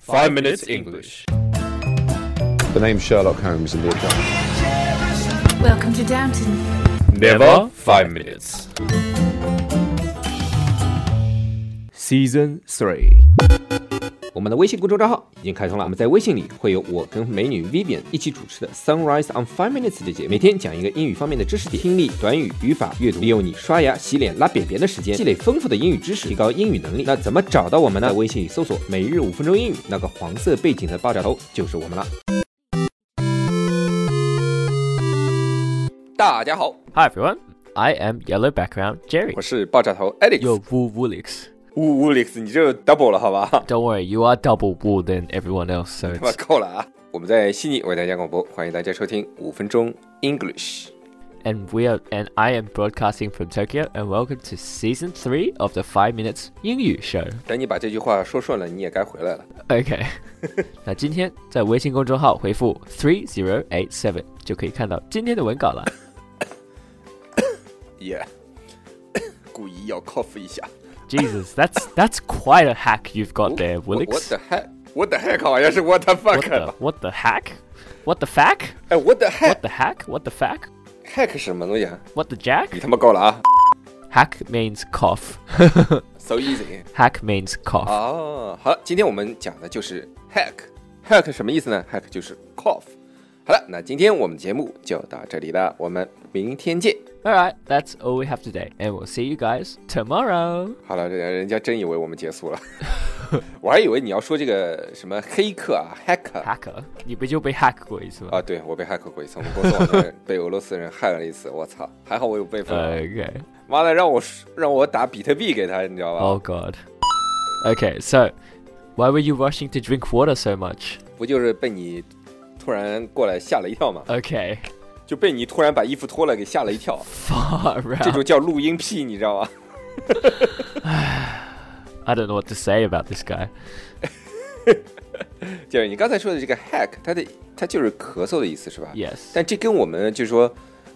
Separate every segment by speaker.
Speaker 1: Five Minutes English.
Speaker 2: The name Sherlock Holmes in the account.
Speaker 3: Welcome to Downton.
Speaker 1: Never five minutes.
Speaker 4: Season Three，
Speaker 5: 我们的微信公众账号已经开通了，我们在微信里会有我跟美女 Vivian 一起主持的 Sunrise on Five Minutes 的节目，每天讲一个英语方面的知识点，听力、短语、语法、阅读，利用你刷牙、洗脸、拉便便的时间，积累丰富的英语知识，提高英语能力。那怎么找到我们呢？在微信里搜索“每日五分钟英语”，那个黄色背景的爆炸头就是我们了。大家好，
Speaker 4: Hi everyone，
Speaker 6: I am yellow background Jerry.
Speaker 5: 我是爆炸头 Alex。
Speaker 4: 又 Wu Wu Lix。
Speaker 5: 呜呜，Alex，你这 double 了好吧？
Speaker 6: Don't worry, you are double wool than everyone else, so
Speaker 5: 他妈
Speaker 6: it's,
Speaker 5: 够了啊！我们在悉尼为大家广播，欢迎大家收听五分钟 English。
Speaker 6: and we are and I am broadcasting from Tokyo and welcome to season three of the Five Minutes 英语 Show.
Speaker 5: 等你把这句话说顺了，你也该回来了。
Speaker 6: OK，那今天在微信公众号回复 three zero eight seven 就可以看到今天的文稿 了。
Speaker 5: 耶、 故意要 cough 一下。
Speaker 6: Jesus, that's that's quite a hack you've got there,
Speaker 5: What
Speaker 6: Willix.
Speaker 5: the heck？What the heck？好像是 What the
Speaker 6: 哎 What
Speaker 5: fuck？
Speaker 6: the
Speaker 5: 吧
Speaker 6: what the hack? What the fack?
Speaker 5: 哎，What the
Speaker 6: What the hack? What the fack?
Speaker 5: heck？heck 是什么东西啊？
Speaker 6: What the
Speaker 5: 你
Speaker 6: jack?
Speaker 5: 他妈够了啊
Speaker 6: Hack means cough.
Speaker 5: ！So easy。
Speaker 6: hack means cough.
Speaker 5: 哦，好，今天我们讲的就是 hack。hack 什么意思呢？hack 就是 cough。好了，那今天我们节目就到这里了，我们明天见。
Speaker 6: Alright, that's all we have today, and we'll see you guys tomorrow.
Speaker 5: 好了，人人家真以为我们结束了， 我还以为你要说这个什么黑客啊，hacker
Speaker 6: Hacker，你不就被 hack 过一次吗、
Speaker 5: 啊，对我被 hack 过一次，我们公司网站被俄罗斯人害了一次，我操，还好我有备份，
Speaker 6: o k
Speaker 5: 妈的让我让我打比特币给他，你知道吧
Speaker 6: Oh god. Okay, so why were you rushing to drink water so much?
Speaker 5: 不就是被你突然过来吓了一跳吗？
Speaker 6: Okay,
Speaker 5: 就被你突然把衣服脱了给吓了一跳，
Speaker 6: far
Speaker 5: 这
Speaker 6: out.
Speaker 5: 就叫录音癖，你知道吗？
Speaker 6: I don't know what to say about this guy.
Speaker 5: 就是你刚才说的这个 hack，它的它就是咳嗽的意思是吧
Speaker 6: Yes.
Speaker 5: 但这跟我们就是说，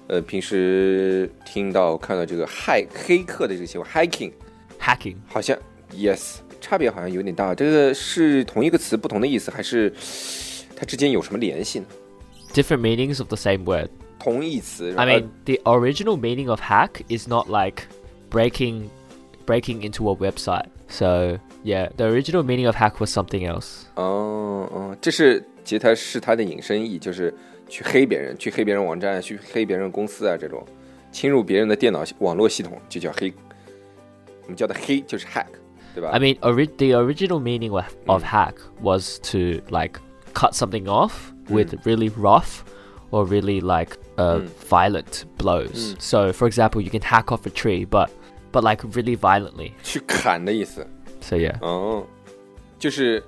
Speaker 5: 呃，平时听到看到这个骇黑客的这个行为 hacking，
Speaker 6: Hacking.
Speaker 5: 好像 yes 差别好像有点大。这个是同一个词不同的意思，还是它之间有什么联系呢？
Speaker 6: Different meanings of the same word.
Speaker 5: 同义词
Speaker 6: I
Speaker 5: 呃
Speaker 6: mean, the original meaning of hack is not like breaking breaking into a website. So, yeah, the original meaning of hack was something else.
Speaker 5: 哦哦，这是其实它是它的引申义，就是去黑别人，去黑别人网站，去黑别人公司啊，这种侵入别人的电脑网络系统就叫黑，我们叫它黑就是 hack，对吧
Speaker 6: I mean, ori- the original meaning of, of
Speaker 5: Mm.
Speaker 6: hack was to like cut something off with really rough or really like uh,
Speaker 5: Mm.
Speaker 6: violent blows.
Speaker 5: Mm.
Speaker 6: So, for example, you can hack off a tree, but but like really violently.
Speaker 5: 去砍的意思。
Speaker 6: So yeah,
Speaker 5: 哦，就是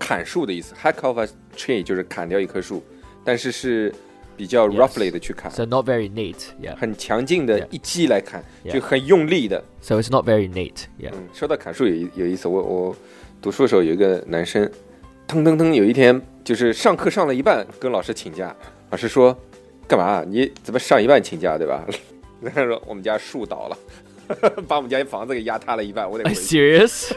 Speaker 5: 砍树的意思，hack off a tree 就是砍掉一棵树，但是是比较
Speaker 6: Yes.
Speaker 5: roughly 的去砍
Speaker 6: so not very neat. Yeah,
Speaker 5: 很强劲的
Speaker 6: Yeah.
Speaker 5: 一击来砍
Speaker 6: Yeah.
Speaker 5: 就很用力的。
Speaker 6: so it's not very neat. Yeah.
Speaker 5: 嗯，说到砍树有一有意思，我我读书的时候有一个男生，腾腾腾，有一天就是上课上了一半，跟老师请假，老师说干嘛、啊你怎么上一半请假对吧？ 他说我们家树倒了， 把我们家房子给压塌了一半，我得
Speaker 6: Are
Speaker 5: 回
Speaker 6: you
Speaker 5: 去。
Speaker 6: serious?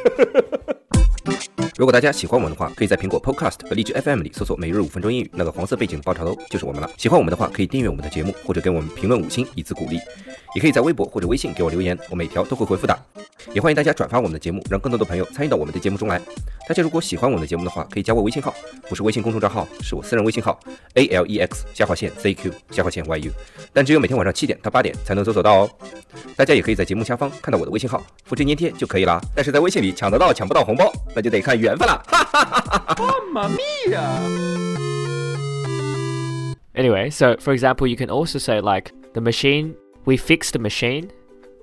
Speaker 5: 如果大家喜欢我们的话，可以在苹果 Podcast 和荔枝 FM 里搜索“每日五分钟英语”，那个黄色背景的爆炒头就是我们了。喜欢我们的话，可以订阅我们的节目，或者给我们评论五星以资鼓励。也可以在微博或者微信给我留言，我每条都会回复的。也欢迎大家转发我们的节目，让更多的朋友参与到我们的节目中来。大家如果喜欢我们的节目的话，可以加我微信号，不是微信公众账号，是我私人微信号 A L E X 下划线 Z Q 下划线 Y U，但只有每天晚上七点到八点才能搜索到哦。大家也可以在节目下方看到我的微信号，复制粘贴就可以了。但是在微信里抢得到抢不到红包，那就得看缘分了。
Speaker 6: Anyway, so for example, you can also say like the machine, we fixed the machine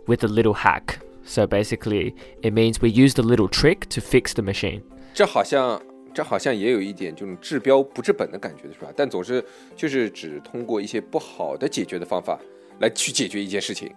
Speaker 6: with a little hack. So basically, it means we used a little trick to fix the machine.
Speaker 5: 这好像这好像也有一点这种治标不治本的感觉，是吧？但总是就是只通过一些不好的解决的方法来去解决一件事情。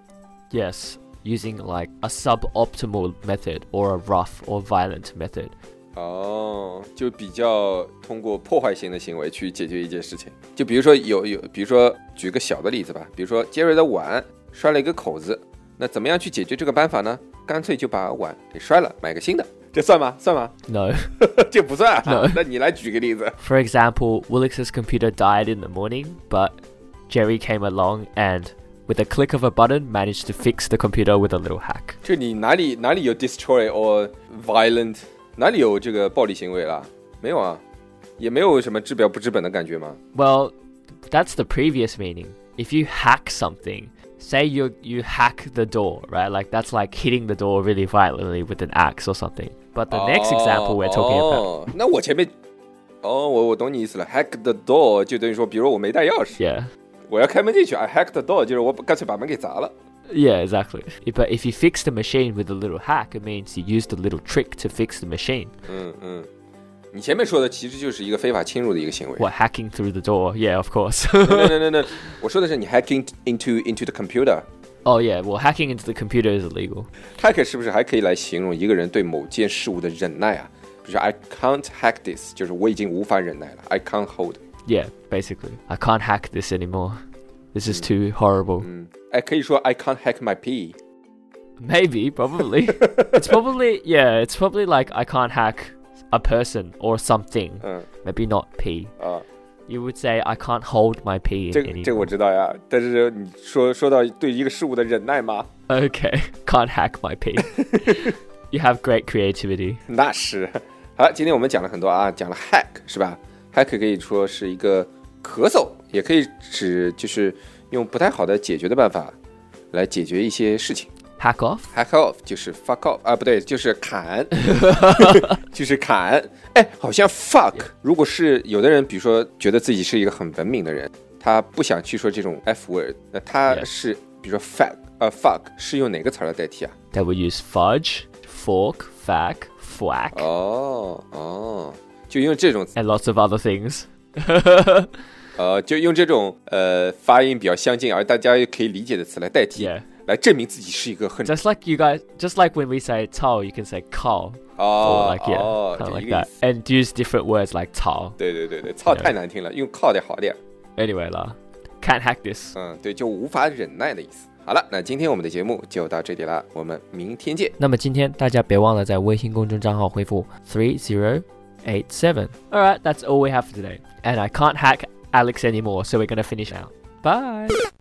Speaker 6: Yes, using like a suboptimal method or a rough or violent method.
Speaker 5: 哦，就比较通过破坏性的行为去解决一件事情。就比如说有有，比如说举个小的例子吧，比如说杰瑞的碗摔了一个口子，那怎么样去解决这个办法呢？干脆就把碗给摔了，买个新的。这算吗？算吗？
Speaker 6: No.
Speaker 5: 这不算、啊。
Speaker 6: No
Speaker 5: 那你来举个例子。
Speaker 6: For example, Willix's computer died in the morning, but Jerry came along and, with a click of a button, managed to fix the computer with a little hack.
Speaker 5: 就你哪里哪里有 destroy or violent，哪里有这个暴力行为啦？没有啊，也没有什么治标不治本的感觉吗？
Speaker 6: Well, that's the previous meaning. If you hack something, say you you hack the door, right? Like that's like hitting the door really violently with an axe or something. But the next example we're talking about,
Speaker 5: 哦，那我前面，哦，我我懂你意思了。Hack the door 就等于说，比如我没带钥匙，
Speaker 6: yeah,
Speaker 5: 我要开门进去，I hack the door 就是我干脆把门给砸了。
Speaker 6: yeah, exactly. But if you fix the machine with a little hack, it means you used a little trick to fix the machine.
Speaker 5: 嗯嗯，你前面说的其实就是一个非法侵入的一个行为。
Speaker 6: What hacking through the door? Yeah, of course.
Speaker 5: no no no no，我说的是你 hacking into into the computer。
Speaker 6: oh yeah, well hacking into the computer is illegal.
Speaker 5: hack 是不是还可以来形容一个人对某件事物的忍耐啊？比如说 I can't hack this，就是我已经无法忍耐了，I can't hold。
Speaker 6: Yeah, basically, I can't hack this anymore. This is too horrible.
Speaker 5: 哎，可以说 I can't hack my pee。
Speaker 6: Maybe, probably. it's probably yeah, it's probably like I can't hack a person or something.
Speaker 5: Mm.
Speaker 6: Maybe not pee.
Speaker 5: Ah.
Speaker 6: You would say I can't hold my pee
Speaker 5: 这
Speaker 6: in
Speaker 5: 个
Speaker 6: any
Speaker 5: 这个我知道呀，但是你说说到对一个事物的忍耐吗？
Speaker 6: Okay. Can't hack my pee. you have great creativity.
Speaker 5: 那是。好，今天我们讲了很多啊，讲了 hack 是吧？hack 可以说是一个咳嗽，也可以指就是用不太好的解决的办法来解决一些事情。
Speaker 6: Hack off?
Speaker 5: hack off 就是 fuck off 啊，不对，就是砍， 就是砍。哎，好像 fuck，如果是有的人，比如说觉得自己是一个很文明的人，他不想去说这种 f word，那他
Speaker 6: Yes
Speaker 5: 是比如说 fuck 呃 fuck 是用哪个词儿来代替啊？
Speaker 6: They would use fudge, fork, fack, fwack,
Speaker 5: Oh. 哦哦，就用这种
Speaker 6: and lots of other things.
Speaker 5: 呃，就用这种呃发音比较相近而大家又可以理解的词来代替
Speaker 6: Yeah.
Speaker 5: 来证明自己是一个很
Speaker 6: Just like you guys just like when we say tao, you can say kao.
Speaker 5: 哦
Speaker 6: like yeah.
Speaker 5: 哦，
Speaker 6: kinda
Speaker 5: 就一个
Speaker 6: like
Speaker 5: 意
Speaker 6: that.
Speaker 5: 思。
Speaker 6: And use different words like tao.
Speaker 5: 对对对对，操太难听了，用靠的好点儿。
Speaker 6: Anyway, la. Can't hack this.
Speaker 5: 嗯，对，就无法忍耐的意思。好了，那今天我们的节目就到这里啦，我们明天见。
Speaker 6: 那么今天大家别忘了在微信公众账号回复 three zero eight seven. All right, that's all we have for today. And I can't hack Alex anymore, so we're gonna finish now. Bye.